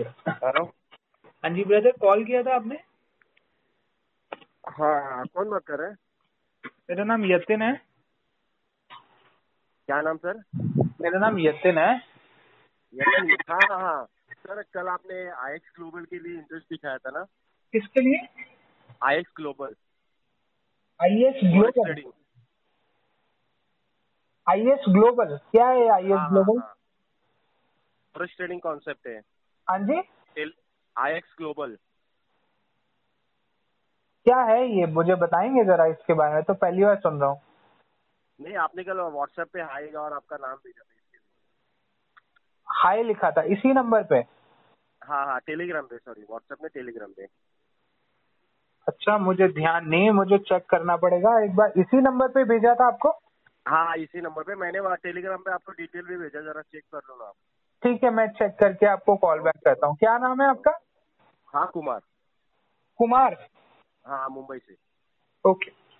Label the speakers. Speaker 1: हाँ जी brother call किया था आपने
Speaker 2: हाँ हाँ कौन बात कर रहे हैं
Speaker 1: मेरा नाम यतिन है
Speaker 2: क्या नाम सर
Speaker 1: मेरा नाम यतिन है
Speaker 2: यतिन हाँ हाँ हाँ सर कल आपने आई एक्स ग्लोबल के लिए इंटरेस्ट दिखाया था ना
Speaker 1: किसके लिए
Speaker 2: I X global
Speaker 1: I S global
Speaker 2: trading
Speaker 1: I S global E क्या है E आई एस
Speaker 2: हाँ,
Speaker 1: ग्लोबल
Speaker 2: फॉरेक्स ट्रेडिंग कॉन्सेप्ट है
Speaker 1: हाँ जी
Speaker 2: आई एक्स ग्लोबल
Speaker 1: क्या है ये मुझे बताएंगे जरा इसके बारे में तो पहली बार सुन रहा हूँ
Speaker 2: नहीं आपने कल व्हाट्सएप पे हाई और आपका नाम भेजा था इसके लिए।
Speaker 1: हाय लिखा था इसी नंबर पे
Speaker 2: हाँ हाँ टेलीग्राम पे सॉरी व्हाट्सएप में टेलीग्राम पे
Speaker 1: अच्छा मुझे ध्यान नहीं है, मुझे चेक करना पड़ेगा एक बार इसी नंबर पे भेजा था आपको
Speaker 2: हाँ हाँ, इसी नंबर पे मैंने वहाँ टेलीग्राम पे आपको डिटेल भी भेजा जरा चेक कर लो ना आप
Speaker 1: ठीक है मैं चेक करके आपको कॉल बैक करता हूँ क्या नाम है आपका
Speaker 2: हाँ कुमार
Speaker 1: कुमार
Speaker 2: हाँ मुंबई से
Speaker 1: ओके